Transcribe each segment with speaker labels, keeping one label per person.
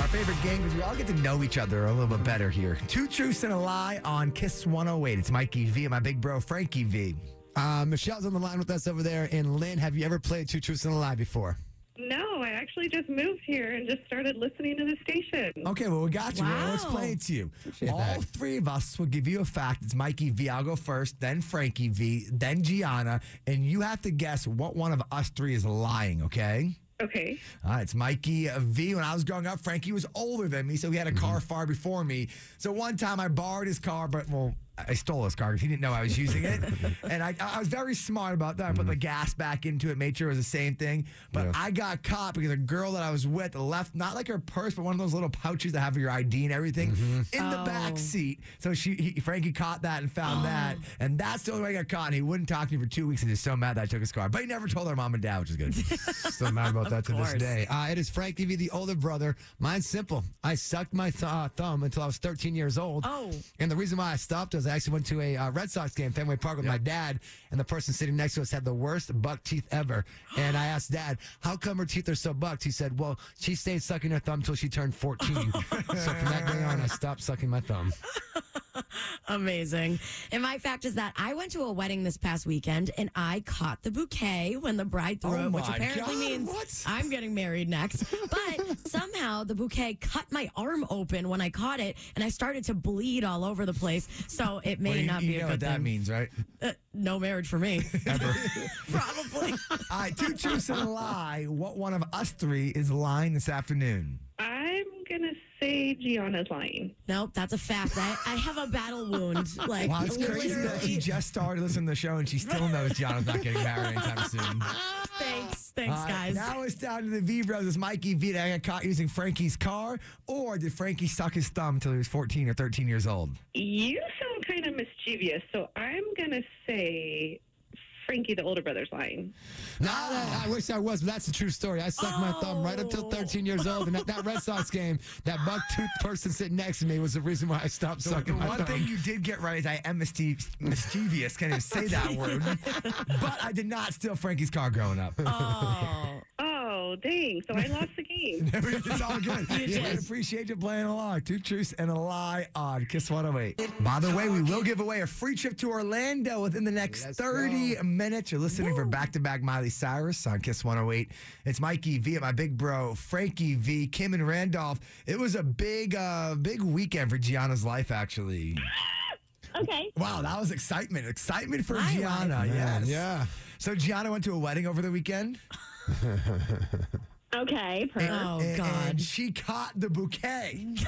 Speaker 1: Our favorite gang because we all get to know each other a little bit better here. Two truths and a lie on Kiss 108. It's Mikey V and my big bro Frankie V. Uh, Michelle's on the line with us over there. And Lynn, have you ever played Two Truths and a Lie before?
Speaker 2: No, I actually just moved here and just started listening to the station.
Speaker 3: Um,
Speaker 1: Okay, well, we got you. We'll explain it to you. All three of us will give you a fact. It's Mikey V. I'll go first, then Frankie V, then Gianna. And you have to guess what one of us three is lying, okay?
Speaker 2: Okay.
Speaker 1: All right, it's Mikey uh, V. When I was growing up, Frankie was older than me, so he had a car far before me. So one time I borrowed his car, but well, I stole his car because he didn't know I was using it. and I, I was very smart about that. I put the gas back into it, made sure it was the same thing. But I got caught because a girl that I was with left not like her purse, but one of those little pouches that have your ID and everything
Speaker 3: Mm-hmm.
Speaker 1: in
Speaker 4: Oh.
Speaker 1: the back seat. So she he, Frankie caught that and found that. And that's the only way I got caught. And he wouldn't talk to me for two weeks and he's so mad that I took his car. But he never told our mom and dad, which is good.
Speaker 3: Still mad about that to this
Speaker 4: course.
Speaker 3: day. Uh, it is Frankie V, the older brother. Mine's simple. I sucked my th- uh, thumb until I was 13 years old.
Speaker 4: Oh.
Speaker 3: And the reason why I stopped was I actually went to a uh, Red Sox game, Fenway Park, with my dad, and the person sitting next to us had the worst buck teeth ever. And I asked Dad, "How come her teeth are so bucked?" He said, "Well, she stayed sucking her thumb till she turned 14." so from that day on, I stopped sucking my thumb.
Speaker 4: Amazing. And my fact is that I went to a wedding this past weekend and I caught the bouquet when the bride threw
Speaker 1: Oh
Speaker 4: it, which
Speaker 1: my
Speaker 4: apparently
Speaker 1: God,
Speaker 4: means
Speaker 1: what?
Speaker 4: I'm getting married next. But somehow the bouquet cut my arm open when I caught it and I started to bleed all over the place. So it may
Speaker 1: Well, you,
Speaker 4: not
Speaker 1: you
Speaker 4: be a
Speaker 1: know
Speaker 4: good
Speaker 1: what that
Speaker 4: thing.
Speaker 1: means, right?
Speaker 4: Uh, no marriage for me.
Speaker 1: Ever.
Speaker 4: Probably.
Speaker 1: All right, two truths and a lie. What one of us three is lying this afternoon?
Speaker 2: I'm going to say Gianna's lying.
Speaker 4: nope, that's a fact. I, I have a battle wound. Like
Speaker 1: Wow, it's crazy that she
Speaker 4: literally-
Speaker 1: just started listening to the show and she still knows Gianna's not getting married anytime soon.
Speaker 4: Thanks. Thanks,
Speaker 1: All
Speaker 3: Uh,
Speaker 1: right,
Speaker 4: guys.
Speaker 1: Now it's down to the V brothers. Mikey V that got caught using Frankie's car, or did Frankie suck his thumb until he was 14 or 13 years old?
Speaker 2: You sound kind of mischievous, so I'm going to say Frankie, the older brother's lying.
Speaker 3: Now that, I wish I was, but that's a true story. I sucked my thumb right up till
Speaker 1: Oh.
Speaker 3: 13 years old, and at that Red Sox game, that buck tooth person sitting next to me was the reason why I stopped
Speaker 1: The, the
Speaker 3: sucking my
Speaker 1: one
Speaker 3: thumb.
Speaker 1: thing you did get right is I am mischievous. mischievous can't even say that word. But I did not steal Frankie's car growing up.
Speaker 4: Oh.
Speaker 2: Oh, dang. So I lost the game.
Speaker 1: it's all good. We appreciate you playing along. Two truths and a lie on Kiss 108. By the way, we will give away a free trip to Orlando within the next 30 minutes. You're listening for back to back Miley Cyrus on Kiss 108. It's Mikey V and my big bro, Frankie V, Kim and Randolph. It was a big, uh, big weekend for Gianna's life, actually.
Speaker 2: Okay.
Speaker 1: Wow, that was excitement. Excitement for
Speaker 4: My
Speaker 1: Gianna. Yes.
Speaker 3: yeah.
Speaker 1: So Gianna went to a wedding over the weekend.
Speaker 2: Okay.
Speaker 4: Oh,
Speaker 1: and-
Speaker 4: God.
Speaker 1: And she caught the bouquet.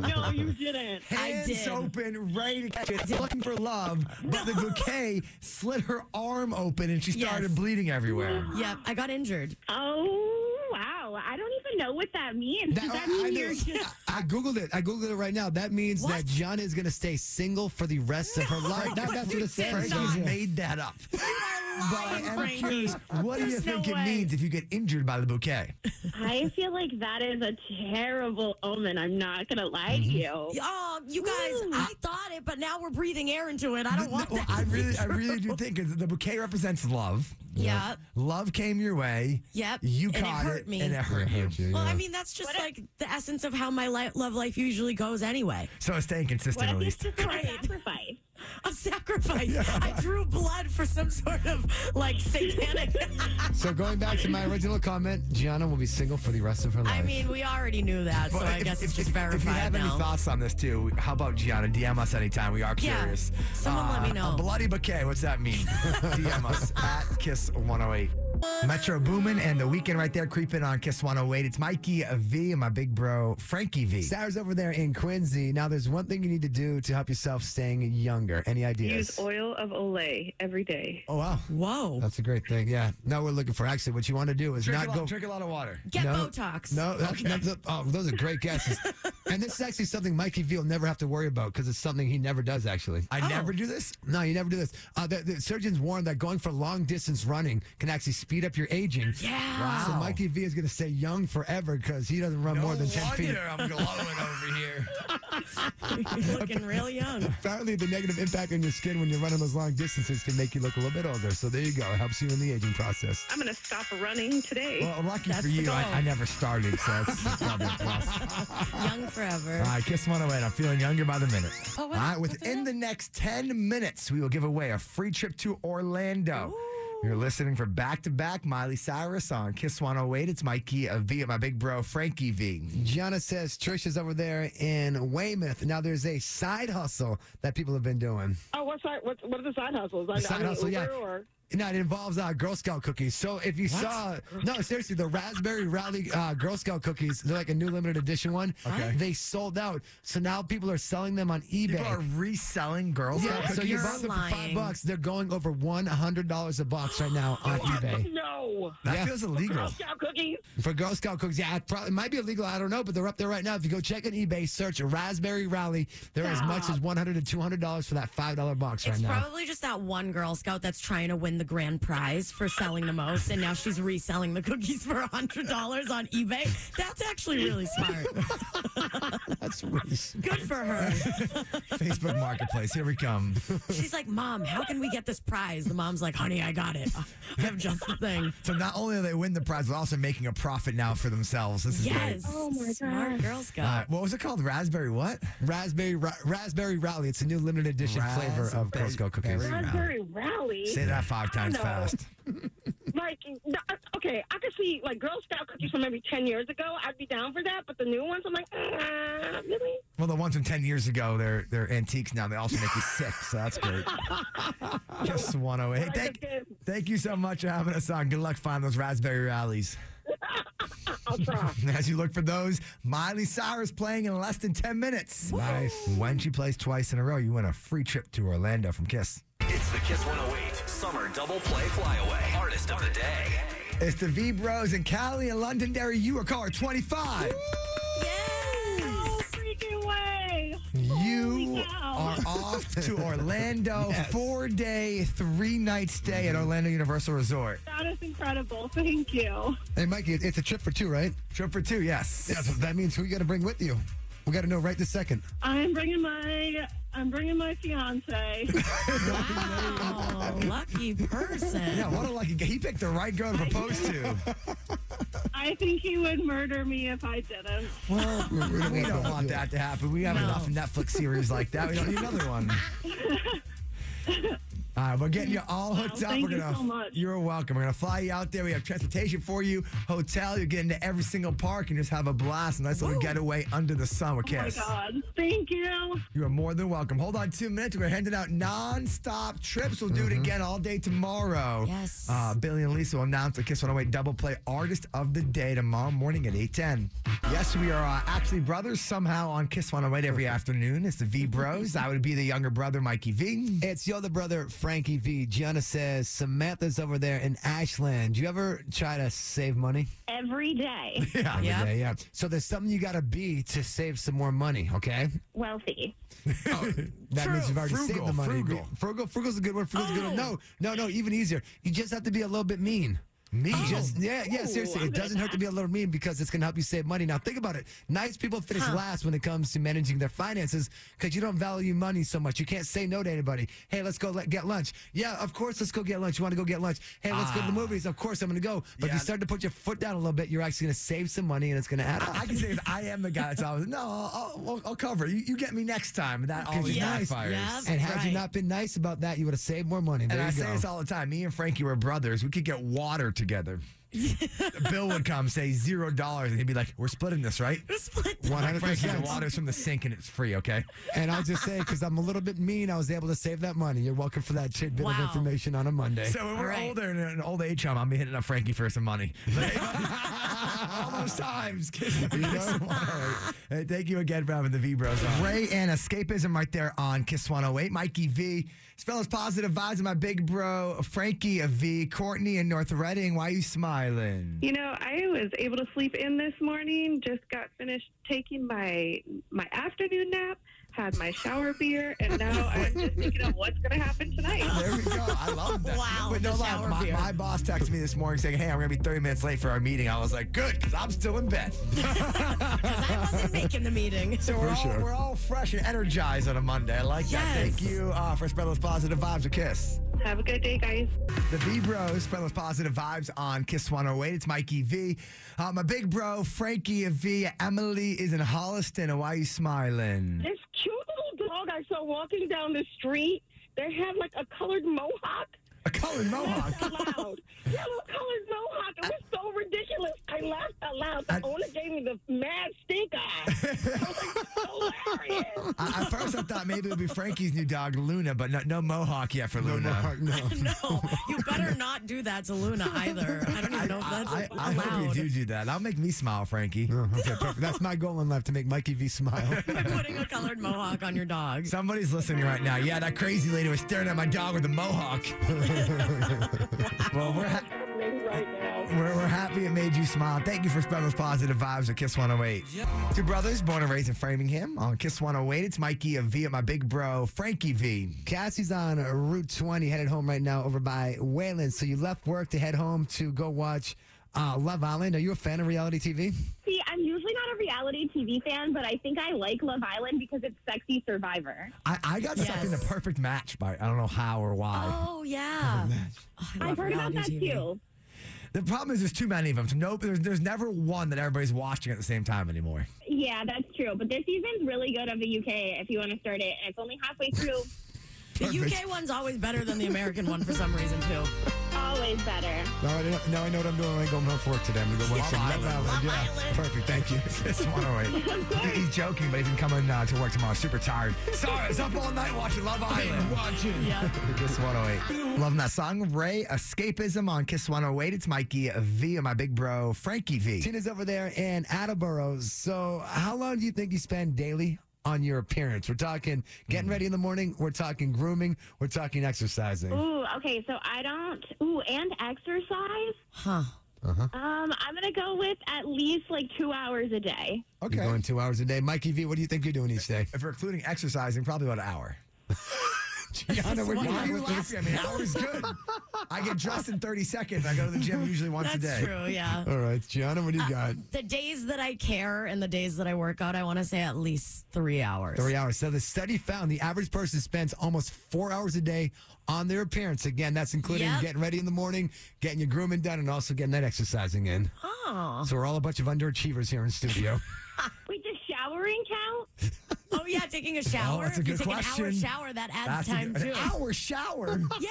Speaker 2: No, you didn't.
Speaker 4: I
Speaker 1: hands
Speaker 4: did.
Speaker 1: open, ready to catch it, looking for love, but the bouquet slid her arm open and she started
Speaker 4: Yes.
Speaker 1: bleeding everywhere.
Speaker 4: Yep, I got injured.
Speaker 2: Oh, wow. I don't even know what that means.
Speaker 3: That- I, know- I googled it. I googled it right now. That means
Speaker 4: What?
Speaker 3: that Gianna is going to stay single for the rest of her life. That- that's what it says.
Speaker 1: Frankie
Speaker 4: not.
Speaker 1: made that up. but I am
Speaker 4: Frankie.
Speaker 1: curious, what do you
Speaker 4: There's no
Speaker 1: think it
Speaker 4: way.
Speaker 1: means if you get injured by the bouquet?
Speaker 2: I feel like that is a terrible omen. I'm not going to lie
Speaker 3: Mm-hmm.
Speaker 2: to you.
Speaker 4: Oh, you guys,
Speaker 2: Woo.
Speaker 4: I thought it, but now we're breathing air into it. I don't want
Speaker 1: No,
Speaker 4: that.
Speaker 1: I
Speaker 4: to be
Speaker 1: really, I
Speaker 4: true.
Speaker 1: really do think it's- the bouquet represents love.
Speaker 4: Yeah.
Speaker 1: Love came your way.
Speaker 4: Yep.
Speaker 1: You
Speaker 4: And it
Speaker 1: caught
Speaker 4: hurt me.
Speaker 1: and it hurt you.
Speaker 4: Well, I mean, that's just like the essence of how my li- love life usually goes anyway.
Speaker 1: So it's staying
Speaker 2: What
Speaker 1: consistent at
Speaker 2: if it's
Speaker 1: least.
Speaker 2: just a
Speaker 4: Right.
Speaker 2: sacrifice?
Speaker 4: A sacrifice. I drew blood for some sort of like satanic.
Speaker 3: So going back to my original comment, Gianna will be single for the rest of her life.
Speaker 4: I mean, we already knew that, so
Speaker 1: Well,
Speaker 4: I
Speaker 1: if-
Speaker 4: guess
Speaker 1: if-
Speaker 4: it's just
Speaker 1: if- If you
Speaker 4: verified
Speaker 1: have
Speaker 4: now.
Speaker 1: any thoughts on this too, how about Gianna? DM us anytime. We are
Speaker 4: Yeah.
Speaker 1: curious.
Speaker 3: Uh,
Speaker 4: Someone let me
Speaker 1: A
Speaker 4: know.
Speaker 3: oh
Speaker 1: bloody bouquet. What's that mean? DM us at Kiss108. Metro Boomin and The Weekend right there creeping on Kiss 108. It's Mikey V and my big bro Frankie V.
Speaker 3: Sarah's over there in Quincy. Now, there's one thing you need to do to help yourself staying younger. Any ideas?
Speaker 2: Use oil of Olay every day.
Speaker 3: Oh, wow.
Speaker 4: Whoa.
Speaker 3: That's a great thing. Yeah. No, we're looking for. Actually, what you want to do is
Speaker 1: Drink,
Speaker 3: not
Speaker 1: a lot,
Speaker 3: go.
Speaker 1: drink a lot of water.
Speaker 4: Get
Speaker 3: No.
Speaker 4: Botox.
Speaker 3: No, that, that's a- oh, those are great guesses. and this is actually something Mikey V will never have to worry about because it's something he never does, actually.
Speaker 1: I never do this.
Speaker 3: No, you never do this. Uh, the, the surgeons warn that going for long distance running can actually speed up your aging.
Speaker 4: Yeah.
Speaker 3: So
Speaker 1: Wow.
Speaker 3: Mikey V is going to stay young forever because he doesn't run more than 10 feet.
Speaker 1: I'm glowing over here.
Speaker 4: You're looking really young.
Speaker 3: Apparently, the negative impact on your skin when you're running those long distances can make you look a little bit older. So there you go. It helps you in the aging process.
Speaker 2: I'm going to stop running today.
Speaker 1: Well, lucky
Speaker 4: That's
Speaker 1: for
Speaker 4: the
Speaker 1: you, I,
Speaker 4: goal.
Speaker 1: I never started, so it's probably a plus.
Speaker 4: Young forever.
Speaker 1: All right, Kiss 108. I'm feeling younger by the minute.
Speaker 4: Oh, what-
Speaker 1: All right,
Speaker 4: what's
Speaker 1: within
Speaker 4: it?
Speaker 1: the next 10 minutes, we will give away a free trip to Orlando. You're listening for back to back Miley Cyrus on Kiss 108. It's Mikey uh, V and my big bro, Frankie V.
Speaker 3: Gianna says Trish is over there in Weymouth. Now, there's a side hustle that people have been doing.
Speaker 5: Oh, what's that? What, what are the side hustles? I,
Speaker 3: The side
Speaker 5: I mean,
Speaker 3: hustle,
Speaker 5: Uber
Speaker 3: yeah.
Speaker 5: Or,
Speaker 3: No, it involves uh, Girl Scout cookies. So if you saw, no, seriously, the Raspberry Rally uh, Girl Scout cookies, they're like a new limited edition one.
Speaker 1: Okay.
Speaker 3: They sold out. So now people are selling them on eBay.
Speaker 1: People are reselling girls.
Speaker 3: yeah, so you
Speaker 4: You're
Speaker 3: bought them for five
Speaker 4: lying.
Speaker 3: bucks. They're going over $100 a box right now on eBay.
Speaker 5: no.
Speaker 1: That
Speaker 3: Yeah.
Speaker 1: feels illegal.
Speaker 5: Girl Scout cookies.
Speaker 3: For Girl Scout cookies, yeah, it probably it might be illegal. I don't know, but they're up there right now. If you go check on eBay, search Raspberry Rally, they're as much as $100 to $200 for that $5 box right
Speaker 4: It's
Speaker 3: now.
Speaker 4: probably just that one Girl Scout that's trying to win the grand prize for selling the most, and now she's reselling the cookies for hundred dollars on eBay. That's actually really smart.
Speaker 3: That's really smart.
Speaker 4: Good for her.
Speaker 1: Facebook Marketplace, here we come.
Speaker 4: She's like, "Mom, how can we get this prize?" The mom's like, "Honey, I got it. I have just the thing."
Speaker 1: So not only are they winning the prize, but also making a profit now for themselves. This is
Speaker 4: Yes.
Speaker 1: great.
Speaker 4: Oh my god. Smart Girl
Speaker 1: All
Speaker 4: Scout.
Speaker 1: right, what was it called? Raspberry what?
Speaker 3: Raspberry Ra- Raspberry Rally. It's a new limited edition flavor of Girl Scout cookies.
Speaker 5: Raspberry
Speaker 1: Raspberry Rally.
Speaker 5: Rally.
Speaker 1: Say that five times
Speaker 5: know.
Speaker 1: fast.
Speaker 5: Like, no, okay, I could see like Girl Scout cookies from maybe ten years ago. I'd be down for that, but the new ones, I'm like, ah, really?
Speaker 1: Well, the ones from 10 years ago, they're they're antiques now. They also make you sick, so that's great. Just 108. Hey, thank, thank you so much for having us on. Good luck finding those raspberry rallies.
Speaker 5: I'll try.
Speaker 1: As you look for those, Miley Cyrus playing in less than 10 minutes. Nice. When she plays twice in a row, you win a free trip to Orlando from Kiss.
Speaker 6: It's the Kiss 108 Summer Double Play Flyaway. Artist of the Day.
Speaker 1: It's the V Bros and Cali and Londonderry. You are caller 25.
Speaker 4: Yes.
Speaker 5: Freaking way.
Speaker 1: You are off to Orlando, four day, three night stay at Orlando Universal Resort.
Speaker 5: That is incredible. Thank you.
Speaker 3: Hey, Mikey, it's a trip for two, right?
Speaker 1: Trip for two, yes.
Speaker 3: Yeah, so that means who you got to bring with you. We got to know right this second.
Speaker 5: I'm bringing my I'm bringing my fiance.
Speaker 4: Wow. Lucky person.
Speaker 1: Yeah, what a lucky guy. He picked the right girl to propose to.
Speaker 5: I think he would murder me if I didn't.
Speaker 1: Well, we don't, want that to happen. We have
Speaker 4: No.
Speaker 1: enough Netflix series like that. We don't need another one. All right, we're getting you all hooked up.
Speaker 5: thank
Speaker 1: we're
Speaker 5: you
Speaker 1: gonna,
Speaker 5: so much.
Speaker 1: You're welcome. We're gonna fly you out there. We have transportation for you, hotel. You get into every single park and just have a blast. A nice little getaway under the sun with
Speaker 5: Oh my
Speaker 1: Kiss.
Speaker 5: God. Thank you.
Speaker 1: You are more than welcome. Hold on two minutes. We're handing out non-stop trips. We'll do
Speaker 3: Mm-hmm.
Speaker 1: it again all day tomorrow.
Speaker 4: Yes.
Speaker 1: Uh, Billy and Lisa will announce the Kiss 108 double play artist of the day tomorrow morning at 8.10. Yes, we are uh, actually brothers somehow on Kiss 108 every afternoon. It's the V Bros. I would be the younger brother, Mikey V.
Speaker 3: It's your other brother, Frankie V. Gianna says Samantha's over there in Ashland. Do you ever try to save money?
Speaker 7: Every day.
Speaker 1: Yeah.
Speaker 4: Yep.
Speaker 3: Yeah, yeah. So there's something you got to be to save some more money, okay?
Speaker 7: Wealthy.
Speaker 3: That
Speaker 1: True.
Speaker 3: means you've already
Speaker 1: Frugal,
Speaker 3: saved the money.
Speaker 1: frugal.
Speaker 3: Be- frugal. Frugal's a good one. Frugal's a good one. No, no, no. Even easier. You just have to be a little bit mean.
Speaker 1: Me.
Speaker 3: Just yeah, yeah. Seriously, it doesn't hurt to be a little mean because it's gonna help you save money. Now think about it. Nice people finish last when it comes to managing their finances because you don't value money so much. You can't say no to anybody. Hey, let's go let, get lunch. Yeah, of course, let's go get lunch. You want to go get lunch? Hey, let's go to the movies. Of course, I'm gonna go. But if
Speaker 1: Ah. Yeah.
Speaker 3: you start to put your foot down a little bit, you're actually gonna save some money and it's gonna add up.
Speaker 1: I can say this, I am the guy that's always, no, I'll, I'll, I'll cover. it. You, you get me next time. And that always
Speaker 4: Yes,
Speaker 1: backfires.
Speaker 4: yes.
Speaker 3: and had you
Speaker 4: Right.
Speaker 3: not been nice about that, you would have saved more money. There
Speaker 1: And I
Speaker 3: you
Speaker 1: say
Speaker 3: go.
Speaker 1: this all the time. Me and Frankie were brothers. We could get water together. Bill would come, say zero dollars, and he'd be like, "We're splitting this, right?
Speaker 4: Split
Speaker 1: One hundred percent.
Speaker 3: 100%.
Speaker 1: The water's from the sink and it's free, okay?
Speaker 3: And I'll just say, because I'm a little bit mean, I was able to save that money. You're welcome for that tidbit of
Speaker 4: Wow.
Speaker 3: information on a Monday.
Speaker 1: So when
Speaker 4: All
Speaker 1: we're
Speaker 4: right.
Speaker 1: older and in an old age home, I'm hitting up Frankie for some money. Like, all those times. you know? All right. Hey, thank you again for having the V Bros on. Ray and Escapism right there on Kiss 108. Mikey V. Spells positive vibes with my big bro, Frankie V. Courtney in North Reading. Why are you smiling?
Speaker 2: You know, I was able to sleep in this morning. Just got finished taking my my afternoon nap, had my shower beer, and now I'm just thinking of what's going to happen tonight.
Speaker 1: There we go. I love that.
Speaker 4: Wow,
Speaker 1: But no
Speaker 4: the
Speaker 1: lie,
Speaker 4: shower
Speaker 1: my,
Speaker 4: beer.
Speaker 1: my boss texted me this morning saying, hey, I'm going to be 30 minutes late for our meeting. I was like, good, because I'm still in bed.
Speaker 4: Because I wasn't making the meeting.
Speaker 1: So we're all,
Speaker 8: sure.
Speaker 1: we're all fresh and energized on a Monday. I like that.
Speaker 4: Yes.
Speaker 1: Thank you uh, for spreading those positive vibes with Kiss.
Speaker 2: Have a good day, guys.
Speaker 1: The V Bros spreading those positive vibes on Kiss 108. It's Mikey V. Uh, my big bro, Frankie of V. Emily is in Holliston. Why are you smiling?
Speaker 5: This cute little dog I saw walking down the street, they had like a colored mohawk.
Speaker 1: A colored mohawk.
Speaker 5: Laughed out loud. Yeah, little colored mohawk. It was so ridiculous. I laughed out loud. The owner gave me the mad stink eye. I was like, hilarious.
Speaker 1: I, at first, I thought maybe it would be Frankie's new dog, Luna, but no, no mohawk yet for Luna.
Speaker 4: No, you better not do that to Luna either. I don't even know if that's
Speaker 1: I, I hope you
Speaker 4: allowed.
Speaker 1: do do that. That'll make me smile, Frankie.
Speaker 3: Okay, perfect. That's my goal in life to make Mikey V smile.
Speaker 4: Putting a colored mohawk on your dog.
Speaker 1: Somebody's listening right now. Yeah, that crazy lady was staring at my dog with a mohawk. well, we're, ha-
Speaker 5: Maybe right now.
Speaker 1: we're, we're happy it made you smile. Thank you for spreading those positive vibes at Kiss 108. Two brothers, born and raised in Framingham on Kiss 108. It's Mikey of V at my big bro, Frankie V.
Speaker 3: Cassie's on Route 20, headed home right now over by Wayland. So you left work to head home to go watch uh, Love Island. Are you a fan of reality TV?
Speaker 7: See, I'm usually not a reality TV fan, but I think I like Love Island because it's sexy Survivor.
Speaker 1: I, I got sucked in the
Speaker 4: Yes.
Speaker 1: perfect match by, I don't know how or why.
Speaker 4: Oh yeah, Oh, I
Speaker 7: I've
Speaker 4: love
Speaker 7: heard about that
Speaker 4: reality TV.
Speaker 7: too.
Speaker 1: The problem is there's too many of them. So no, there's, there's never one that everybody's watching at the same time anymore.
Speaker 7: Yeah, that's true. But their season's really good of the UK if you want to start it, and it's only halfway through.
Speaker 4: The UK one's always better than the American one for some reason too.
Speaker 7: Always better.
Speaker 3: Now I, know, now I know what I'm doing when I go home from work today. I'm going to go watch some Love Island.
Speaker 4: Love
Speaker 3: Yeah,
Speaker 4: Island.
Speaker 3: Perfect. Thank you.
Speaker 1: Kiss 108. He- He's joking, but he's been coming uh, to work tomorrow. Super tired. Sorry, I was up all night watching Love Island. Watching.
Speaker 4: Yeah.
Speaker 1: Kiss 108. Loving that song. Ray, Escapism on Kiss 108. It's Mikey V and my big bro, Frankie V.
Speaker 3: Tina's over there in Attleboro. So, how long do you think you spend daily on your appearance? We're talking getting ready in the morning. We're talking grooming. We're talking exercising.
Speaker 7: Ooh, okay. So I don't. Ooh, and exercise.
Speaker 4: Huh?
Speaker 7: Um, I'm gonna go with at least like two hours a day.
Speaker 3: You're
Speaker 1: Okay.
Speaker 3: going two hours a day. Mikey V, what do you think you're doing each day?
Speaker 1: If we're including exercising, probably about an hour.
Speaker 3: Gianna, where
Speaker 1: Why
Speaker 3: you
Speaker 1: are
Speaker 3: at
Speaker 1: you
Speaker 3: with this?
Speaker 1: laughing? I mean, an hour's good. I get dressed in 30 seconds. I go to the gym usually once a
Speaker 4: That's
Speaker 1: day.
Speaker 4: true. Yeah.
Speaker 3: All right, Gianna, what do you got?
Speaker 4: The days that I care and the days that I work out, I want to say at least three hours.
Speaker 3: Three hours. So the study found the average person spends almost four hours a day on their appearance. Again, that's including
Speaker 4: Yep.
Speaker 3: getting ready in the morning, getting your grooming done, and also getting that exercising in.
Speaker 4: Oh.
Speaker 3: So we're all a bunch of underachievers here in studio.
Speaker 7: Wait, does showering count?
Speaker 4: Oh yeah, taking a shower.
Speaker 1: that's a
Speaker 4: if you
Speaker 1: good
Speaker 4: take an hour
Speaker 1: question.
Speaker 4: shower, that adds
Speaker 1: That's a-
Speaker 4: time too.
Speaker 1: an hour shower.
Speaker 4: Yeah.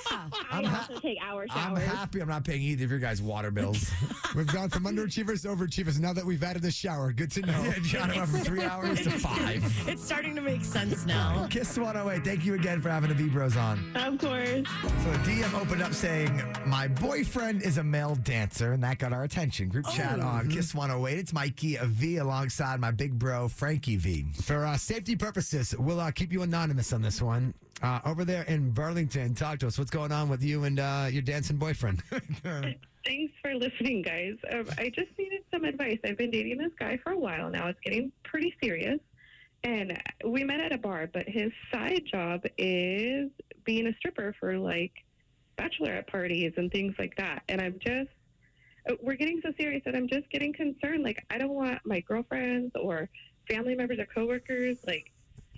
Speaker 7: I also take hour
Speaker 1: I'm
Speaker 7: showers.
Speaker 1: happy I'm not paying either of your guys' water bills.
Speaker 3: we've gone from underachievers to overachievers. Now that we've added the shower, good to know.
Speaker 1: yeah, John, I went from three hours to five.
Speaker 4: It's starting to make sense now.
Speaker 1: Kiss 108. Thank you again for having the V Bros on.
Speaker 2: Of course.
Speaker 1: So the DM opened up saying, My boyfriend is a male dancer, and that got our attention. Group chat on Kiss 108. It's Mikey of V alongside my big bro, Frankie V.
Speaker 3: For uh, safety purposes, we'll uh, keep you anonymous on this one. Uh, over there in Burlington, talk to us. What's going on with you and uh, your dancing boyfriend?
Speaker 2: Thanks for listening, guys. Um, I just needed some advice. I've been dating this guy for a while now. It's getting pretty serious. And we met at a bar, but his side job is being a stripper for like bachelorette parties and things like that. And I'm just, uh, we're getting so serious that I'm just getting concerned. Like, I don't want my girlfriends or family members or coworkers, like,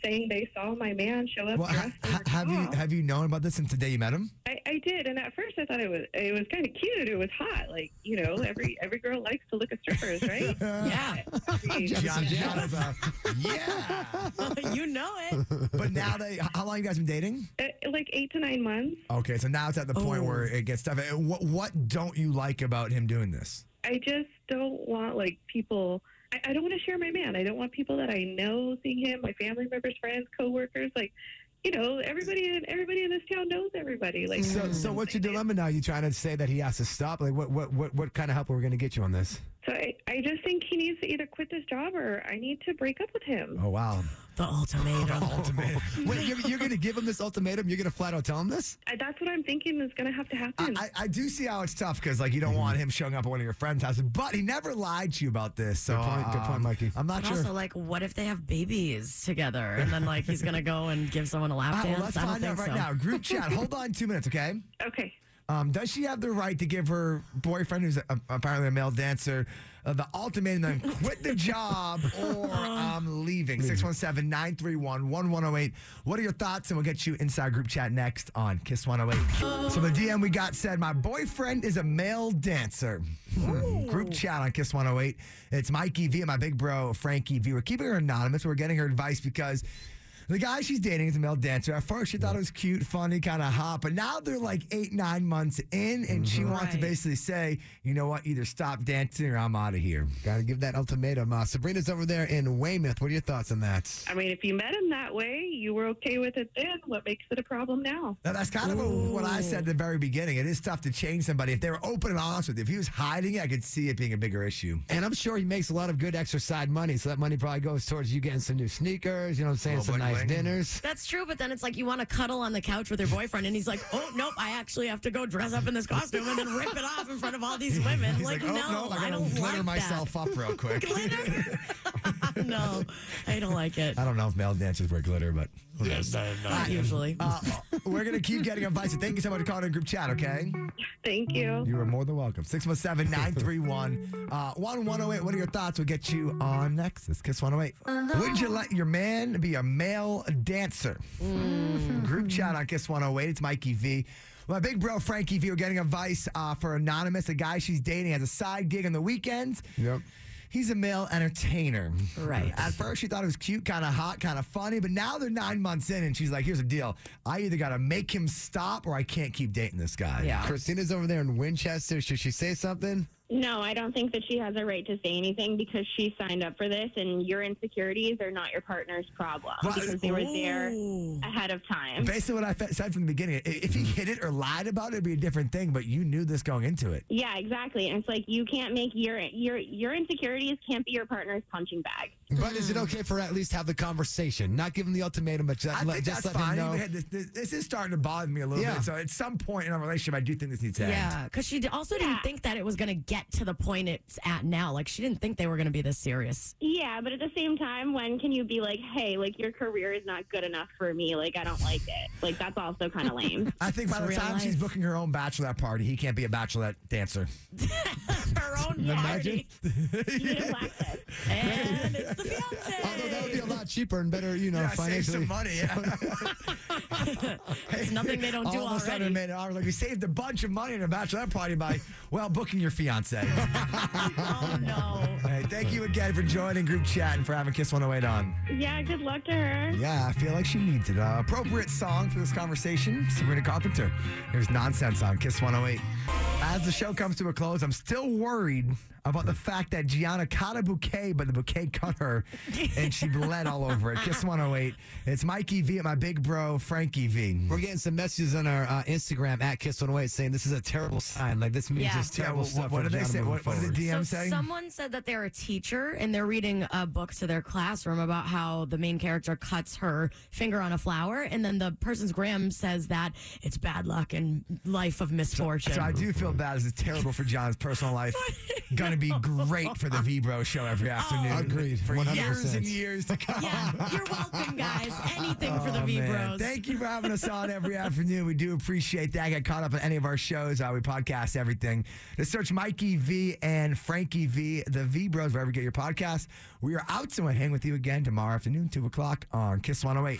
Speaker 2: saying they saw my man show up
Speaker 1: Well, ha-
Speaker 2: dressed "Oh, in
Speaker 1: ha- have you
Speaker 2: overall.
Speaker 1: have you known about this since the day you met him?
Speaker 2: I, I did, and at first I thought it was it was kind of cute. It was hot, like you know, every every girl likes to look at strippers, right?
Speaker 4: Yeah.
Speaker 1: John, John is a- yeah.
Speaker 4: you know it.
Speaker 1: But now they, h- how long you guys been dating?
Speaker 2: Uh, like eight to nine months.
Speaker 1: Okay, so now it's at the point
Speaker 4: Oh.
Speaker 1: where it gets tough. Uh, What what don't you like about him doing this?
Speaker 2: I just don't want like people. I, I don't want to share my man. I don't want people that I know seeing him, my family members, friends, coworkers, like you know, everybody in everybody in this town knows everybody. Like
Speaker 4: Mm.
Speaker 3: So, so what's your dilemma now? You trying to say that he has to stop? Like, what, what, what, what kind of help are we going to get you on this?
Speaker 1: Mm-hmm.
Speaker 2: So I, I just think he needs to either quit this job or I need to break up with him.
Speaker 1: Oh wow!
Speaker 4: The ultimatum.
Speaker 1: Ultimatum.
Speaker 3: Wait, you're, you're going to give him this ultimatum? You're going to flat out tell him this?
Speaker 2: I, that's what I'm thinking is going to have to
Speaker 1: I,
Speaker 4: Hmm.
Speaker 2: happen.
Speaker 1: I, I do see how it's tough because like you don't want him showing up at one of your friends' houses, but he never lied to you about this. So
Speaker 3: Good point, good point,
Speaker 1: um,
Speaker 3: Mikey.
Speaker 1: I'm not
Speaker 4: But
Speaker 1: sure.
Speaker 4: also, like, what if they have babies together and then, like, he's going to go and give someone a lap
Speaker 1: Ah, well,
Speaker 4: dance?
Speaker 1: let's
Speaker 4: I don't
Speaker 1: find out
Speaker 4: think
Speaker 1: right
Speaker 4: so.
Speaker 1: now. Group chat. Hold on two minutes, okay?
Speaker 2: okay.
Speaker 1: Um, does she have the right to give her boyfriend, who's a, apparently a male dancer, uh, the ultimatum then quit the job
Speaker 4: Uh-huh.
Speaker 1: or I'm leaving? 617 931 1108. What are your thoughts? And we'll get you inside group chat next on Kiss
Speaker 4: Uh-huh.
Speaker 1: 108. So the DM we got said, My boyfriend is a male dancer. Hmm. Group chat on Kiss 108. It's Mikey V and my big bro, Frankie V. We're keeping her anonymous. We're getting her advice because. The guy she's dating is a male dancer. At first, she thought it was cute, funny, kind of hot, but now they're like eight, nine months in, and she wants to
Speaker 4: Mm-hmm. Right.
Speaker 1: basically say, you know what, either stop dancing or I'm out of here.
Speaker 3: Got to give that ultimatum. Uh, Sabrina's over there in Weymouth. What are your thoughts on that?
Speaker 2: I mean, if you met him that way, you were okay with it then. What makes it a problem now?
Speaker 1: Now, that's kind of what, what I said at the very beginning. It is tough to change somebody. If they were open and honest with you, if he was hiding it, I could see it being a bigger issue.
Speaker 3: And I'm sure he makes a lot of good exercise money, so that money probably goes towards you getting some new sneakers, you know what I'm saying,
Speaker 1: Little
Speaker 3: some
Speaker 1: bling
Speaker 3: nice
Speaker 1: bling.
Speaker 3: dinners.
Speaker 4: That's true, but then it's like you want to cuddle on the couch with your boyfriend, and he's like, "Oh nope, I actually have to go dress up in this costume and then rip it off in front of all these women."
Speaker 1: He's
Speaker 4: like,
Speaker 1: oh,
Speaker 4: no,
Speaker 1: I
Speaker 4: I,
Speaker 1: gotta
Speaker 4: don't
Speaker 1: glitter
Speaker 4: like
Speaker 1: myself up real quick.
Speaker 4: that. Glitter? no, I don't like it.
Speaker 1: I don't know if male dancers wear glitter, but who knows?
Speaker 4: Not usually.
Speaker 1: Uh, we're going to keep getting advice. Thank you so much for calling in group chat, okay?
Speaker 2: Thank you.
Speaker 1: You are more than welcome. 617 931 1108. What are your thoughts? We'll get you on Nexus. Kiss 108. Would you let your man be a male dancer? Group chat on Kiss 108. It's Mikey V. My big bro Frankie V. We're getting advice uh, for Anonymous, a guy she's dating, has a side gig on the weekends.
Speaker 3: Yep.
Speaker 1: He's a male entertainer.
Speaker 4: Right.
Speaker 1: At first, she thought it was cute, kind of hot, kind of funny, but now they're nine months in, and she's like, here's the deal. I either got to make him stop or I can't keep dating this guy.
Speaker 4: Yeah.
Speaker 3: Christina's over there in Winchester. Should she say something?
Speaker 7: No, I don't think that she has a right to say anything because she signed up for this, and your insecurities are not your partner's problem
Speaker 1: Right.
Speaker 7: because they were there
Speaker 4: Ooh.
Speaker 7: ahead of time.
Speaker 1: Basically, what I fe- said from the beginning, i- if he hid it or lied about it, it'd be a different thing. But you knew this going into it.
Speaker 7: Yeah, exactly. And it's like you can't make your your your insecurities can't be your partner's punching bag.
Speaker 3: But is it okay for her to at least have the conversation? Not give him the ultimatum, but just,
Speaker 1: I
Speaker 3: let,
Speaker 1: think
Speaker 3: just
Speaker 1: that's
Speaker 3: let
Speaker 1: fine.
Speaker 3: him know.
Speaker 1: Even had This, this, this is starting to bother me a little
Speaker 3: Yeah.
Speaker 1: bit. So at some point in our relationship, I do think this needs to end.
Speaker 4: Yeah, because she d- also didn't think that it was going to get to the point it's at now. Like, she didn't think they were going to be this serious.
Speaker 7: Yeah, but at the same time, when can you be like, hey, like your career is not good enough for me. Like I don't like it. Like that's also kind of lame.
Speaker 1: I think by
Speaker 4: It's
Speaker 1: the
Speaker 4: real
Speaker 1: time she's
Speaker 4: life.
Speaker 1: booking her own bachelorette party, he can't be a bachelorette dancer.
Speaker 4: Her own party.
Speaker 7: You need a blacklist.
Speaker 4: And it's the
Speaker 3: Although that would be
Speaker 4: fiance.
Speaker 3: a lot cheaper and better, you know,
Speaker 1: yeah, save
Speaker 3: financially.
Speaker 1: some money. Yeah.
Speaker 4: It's nothing they don't do
Speaker 1: All of a
Speaker 4: already.
Speaker 1: sudden, man, I was like, we saved a bunch of money in a bachelorette party by, well, booking your fiance.
Speaker 4: oh, no.
Speaker 1: hey, thank you again for joining group chat and for having Kiss 108 on.
Speaker 7: Yeah, good luck to her.
Speaker 1: Yeah, I feel like she needs it. Uh, appropriate song for this conversation, Sabrina Carpenter. Here's Nonsense on Kiss 108. As the show comes to a close, I'm still worried about the fact that Gianna caught a bouquet, but the bouquet cut her and she bled all over it. Kiss 108. It's Mikey V and my big bro, Frankie V.
Speaker 3: We're getting some messages on our uh, Instagram at Kiss108 saying this is a terrible sign. Like, this means
Speaker 4: Yeah.
Speaker 3: just
Speaker 1: Yeah,
Speaker 3: terrible
Speaker 1: what-
Speaker 3: stuff.
Speaker 1: what
Speaker 3: for
Speaker 1: did they
Speaker 3: Gianna
Speaker 1: say?
Speaker 3: moving
Speaker 1: What- what did
Speaker 3: forward.
Speaker 1: the DM
Speaker 4: so
Speaker 1: saying?
Speaker 4: someone said that they're a teacher and they're reading a book to their classroom about how the main character cuts her finger on a flower, and then the person's gram says that it's bad luck and life of misfortune.
Speaker 1: So I do feel bad. This is terrible for John's personal life. Gun going to be great for the Vibro show every afternoon.
Speaker 3: Agreed.
Speaker 1: For years
Speaker 3: 100%.
Speaker 1: and years to come.
Speaker 4: Yeah, you're welcome, guys. Anything for the
Speaker 1: Oh,
Speaker 4: V
Speaker 1: man.
Speaker 4: Bros.
Speaker 1: Thank you for having us on every afternoon. We do appreciate that. Get caught up on any of our shows. Uh, we podcast everything. Just search Mikey V and Frankie V, the V Bros, wherever you get your podcast. We are out, so we'll hang with you again tomorrow afternoon, 2 o'clock on Kiss 108.